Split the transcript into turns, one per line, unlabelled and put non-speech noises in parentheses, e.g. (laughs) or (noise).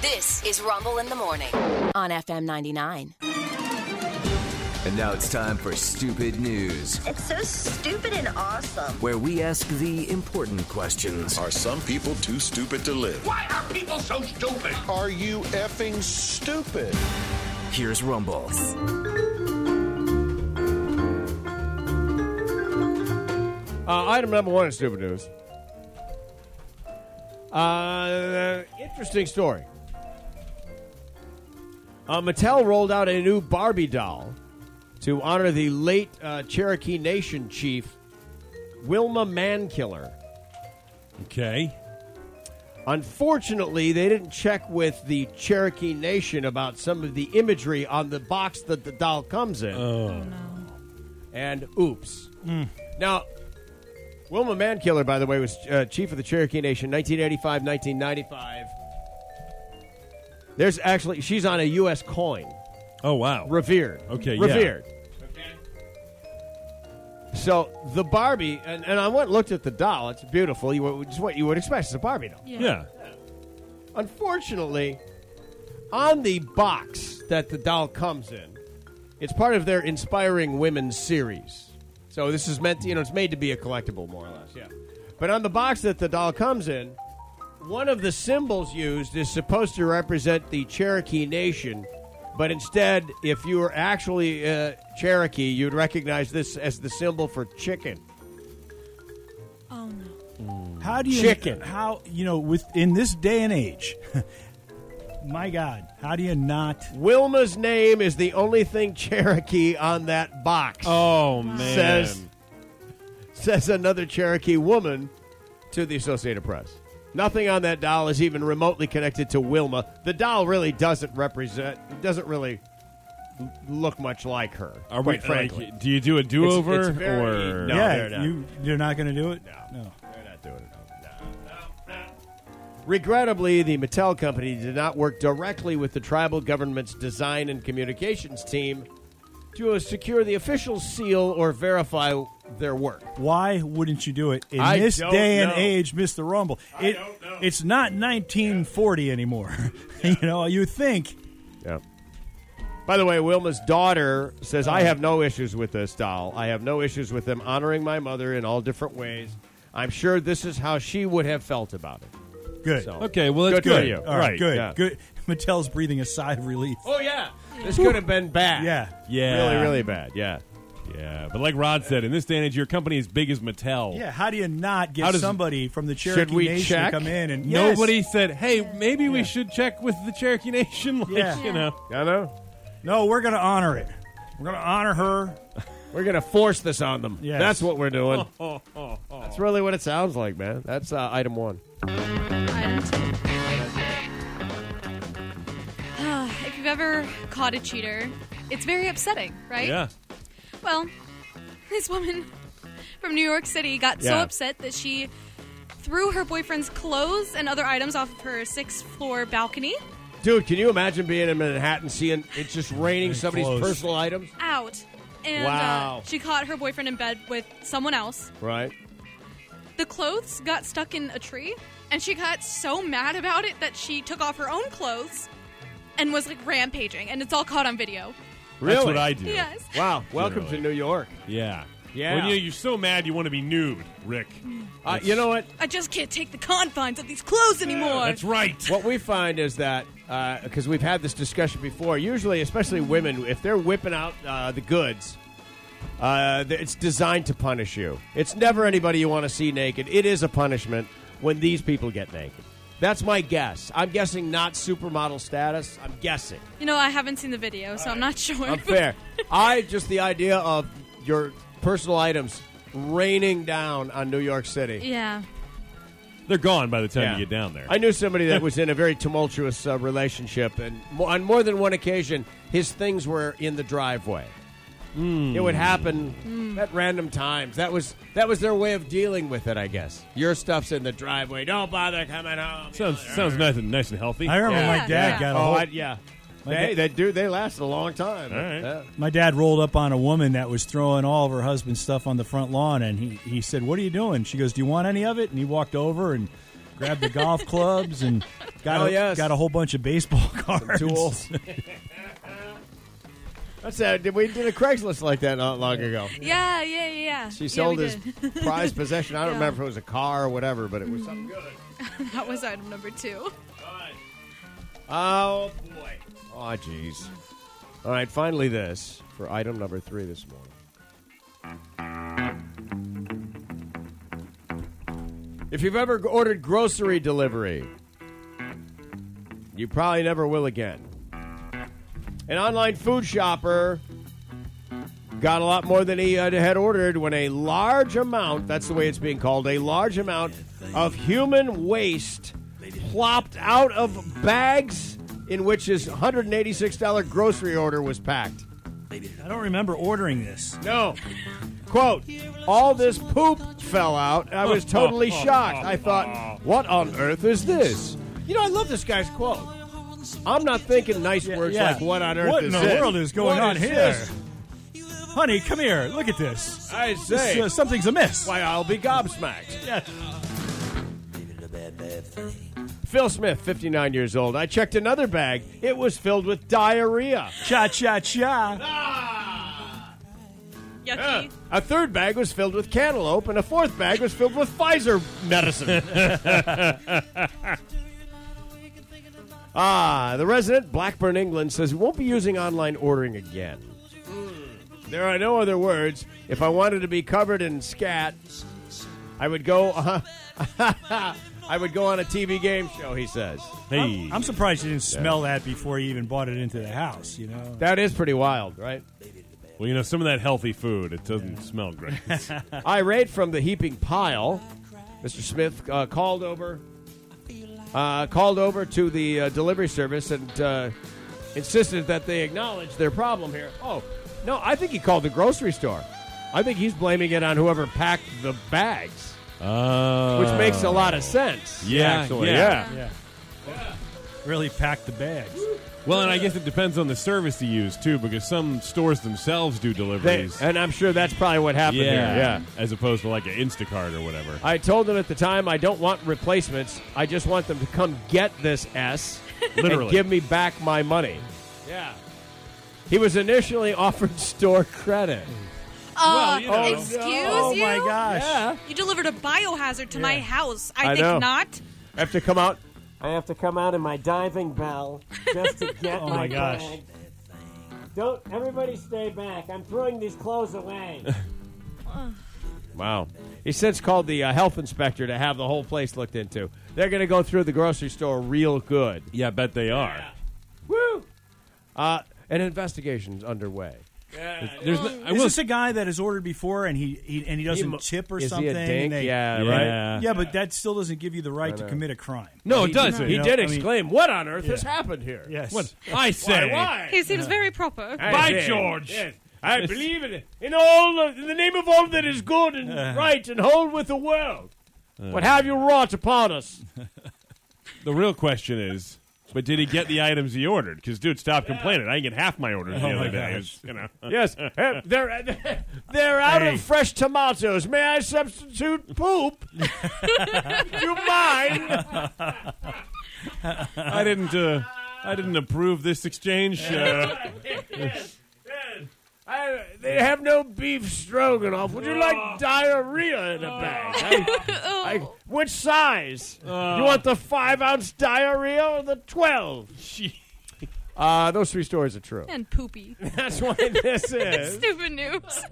This is Rumble in the Morning on FM 99.
And now it's time for Stupid News,
It's so stupid and awesome.
where we ask the important questions.
Are some people too stupid to live?
Why are people so stupid?
Are you effing stupid?
Here's Rumble.
Uh, item number one is stupid news. Uh, interesting story. Uh, Mattel rolled out a new Barbie doll to honor the late uh, Cherokee Nation chief Wilma Mankiller.
Okay.
Unfortunately, they didn't check with the Cherokee Nation about some of the imagery on the box that the doll comes in. Oh, no. And oops. Now, Wilma Mankiller, by the way, was uh, chief of the Cherokee Nation 1985 1995. There's actually, she's on a U.S. coin.
Oh wow.
Revered.
Okay, yeah.
Revered. So the Barbie, and, and I went and looked at the doll. It's beautiful. You would- just what you would expect. It's a Barbie doll.
yeah.
Unfortunately, on the box that the doll comes in, it's part of their Inspiring Women series. So this is meant, to, you know, it's made to be a collectible, more or less. Yeah. But on the box that the doll comes in, one of the symbols used is supposed to represent the Cherokee Nation, but instead, if you were actually uh, Cherokee, you'd recognize this as the symbol for chicken.
Oh no.
How do you
Chicken.
How you know with in this day and age? (laughs) my God, how do you not?
Wilma's name is the only thing (laughs) Cherokee on that box.
Oh man.
says says another Cherokee woman to the Associated Press. Nothing on that doll is even remotely connected to Wilma. The doll really doesn't represent doesn't really l- look much like her.
Are we
quite frankly?
like, Do you do a do over
It's- it's very-
or
no.
yeah?
they're
yeah
not.
you you're not going to do it?
No. They're not doing it. Regrettably, the Mattel company did not work directly with the tribal government's design and communications team to uh, secure the official seal or verify their work.
Why wouldn't you do it in
I
this
don't
day and
know.
age, Mr. Rumble?
I
It,
don't know.
It's not 1940 anymore. (laughs) you know, you think
Yeah. By the way, Wilma's daughter says, I have no issues with this doll. I have no issues with them honoring my mother in all different ways. I'm sure this is how she would have felt about it.
good.
So-
Okay, well that's
Good
good.
for you.
All right,
Right,
good.
yeah.
Good. Mattel's breathing a sigh of relief.
Oh, yeah. This could have been bad.
Yeah.
Really, really bad. Yeah.
Yeah, but like Rod said, in this day and age, your company is big as Mattel.
Yeah, how do you not
How
get
does-
somebody from the Cherokee
we
Nation
check?
to come in and Yes.
Nobody said, "Hey, maybe we should check with the Cherokee Nation." (laughs) Like,
Yeah.
you know,
I know.
No, we're going to honor it. We're going to honor her.
We're going to force this on them.
Yes.
That's what
(laughs)
we're doing. That's really what it sounds like, man. That's uh, item one.
If you've ever caught a cheater, it's very upsetting, right?
yeah,
Well, this woman from New York City got so
Yeah.
upset that she threw her boyfriend's clothes and other items off of her sixth floor balcony
Dude, can you imagine being in Manhattan seeing it's just raining somebody's
Close.
personal items?
out. And
Wow.
uh, she caught her boyfriend in bed with someone else.
Right.
The clothes got stuck in a tree, and she got so mad about it that she took off her own clothes and was like rampaging, and it's all caught on video.
Really?
that's what I do.
Yes.
Wow. Welcome to New York.
Yeah,
Yeah.
When you, you're so mad, you want to be nude, Rick.
Uh, you know what?
I just can't take the confines of these clothes anymore.
That's right.
What we find is that because we've had this discussion before, usually, especially women, if they're whipping out uh, the goods, uh, th- it's designed to punish you. It's never anybody you want to see naked. It is a punishment when these people get naked. That's my guess. I'm guessing not supermodel status. I'm guessing.
You know, I haven't seen the video, so I'm not sure. (laughs)
I'm fair. I just the idea of your personal items raining down on New York City.
yeah.
They're gone by the time
Yeah.
you get down there.
I knew somebody that was in a very tumultuous uh, relationship, and mo- on more than one occasion, his things were in the driveway. It would happen at random times. That was that was their way of dealing with it, I guess. Your stuff's in the driveway. Don't bother coming home.
sounds sounds nice and nice and healthy.
I remember
Yeah,
my dad
yeah.
got a
Oh,
hold-
I, yeah.
My
They,
dad-
they do. They last a long time.
All right.
Uh,
My dad rolled up on a woman that was throwing all of her husband's stuff on the front lawn, and he, he said, What are you doing? She goes, Do you want any of it? And he walked over and grabbed
(laughs)
the golf clubs and got
Oh,
a,
yes.
got a whole bunch of baseball (laughs) cards.
tools. (laughs) That's uh, did we did a Craigslist like that not long ago.
Yeah, yeah, yeah, yeah.
She
Yeah,
sold
we
his
did. (laughs)
prized possession. I
Yeah.
don't remember if it was a car or whatever, but it was something good.
That was item number two. Mm-hmm.
Oh boy. Oh jeez. All right, finally this for item number 3 this morning. If you've ever ordered grocery delivery, you probably never will again. An online food shopper got a lot more than he uh, had ordered when a large amount, that's the way it's being called, a large amount of human waste plopped out of bags in which his $186 grocery order was packed.
I don't remember ordering this.
No. Quote, all this poop fell out. and I was totally
(laughs)
shocked. I thought, what on earth is this? You know, I love this guy's quote. I'm not thinking nice words
yeah.
like what on earth
What
is
in the
this?"
world is going
What
on
is
here?
this?
Honey, come here. Look at this.
I
This,
say,
uh, something's amiss.
why I'll be gobsmacked.
Yeah.
Phil Smith, 59 years old. I checked another bag. It was filled with diarrhea.
Cha cha cha.
Yucky.
A third bag was filled with cantaloupe, and a fourth bag was filled with Pfizer medicine. (laughs) ah, the resident, Blackburn, England, says we won't be using online ordering again. Hmm. There are no other words. If I wanted to be covered in scat, I would go. uh, (laughs) I would go on a TV game show. He says
Hey.
I'm surprised you didn't smell that before you even brought it into the house, you know?
that is pretty wild, right?
well, you know, some of that healthy food, it doesn't smell great.
irate from the heaping pile, Mr. Smith uh, called over, uh, called over to the uh, delivery service and uh, insisted that they acknowledge their problem here. Oh no, I think he called the grocery store. I think he's blaming it on whoever packed the bags,
Uh,
which makes a lot of sense.
Yeah,
actually,
yeah.
Yeah. Really packed the bags.
Well, and I guess it depends on the service you use, too, because some stores themselves do
They-
deliveries.
and I'm sure that's probably what happened
yeah.
here. Yeah.
As opposed to like an Instacart or whatever.
I told them at the time I don't want replacements. I just want them to come get this S
(laughs)
and
Literally.
give me back my money. Yeah. He was initially (laughs) offered store credit.
Uh,
you know.
excuse
Oh
you?
my gosh.
Yeah.
You delivered a biohazard to my house. I,
I
think
know.
not.
I have to come out. I have to come out in my diving bell just to get (laughs)
Oh my gosh.
Don't everybody stay back. I'm throwing these clothes away. wow. He since called the uh, health inspector to have the whole place looked into. They're going to go through the grocery store real good.
Yeah, I bet they are.
Woo! Uh, an investigation's underway.
There's no, I
Is
will
this a guy that has ordered before and he, he and he doesn't
mo-
tip or
is he a
something? and
dink?
they-
Yeah,
and-
right.
Yeah.
Yeah.
but that still doesn't give you the right to commit a crime.
No,
He
it
did-
doesn't.
He
You know,
did
I mean-
exclaim, "What on earth has happened here?"
Yes.
What? I say.
Why?
He seems very proper.
why?
By
I say,
George.
yes, I believe in in all of, in the name of all that is good and
Uh.
right and whole with the world. what have you wrought upon us?
(laughs) The real question is, but did he get the items he ordered? Because, dude, stop complaining. I didn't get half my orders the
my
other day.
gosh.
You know.
Oh, (laughs) yes, eh, they're (laughs) they're out
Hey.
of fresh tomatoes. May I
(laughs)
substitute poop? you mind?
I didn't. Uh, I didn't approve this exchange. Uh,
I, they have no beef stroganoff. Would you like diarrhea in a bag? I- I- which size? you want the five ounce diarrhea or the twelve? Uh, those three stories are true.
And poopy. (laughs)
That's why this is.
Stupid news.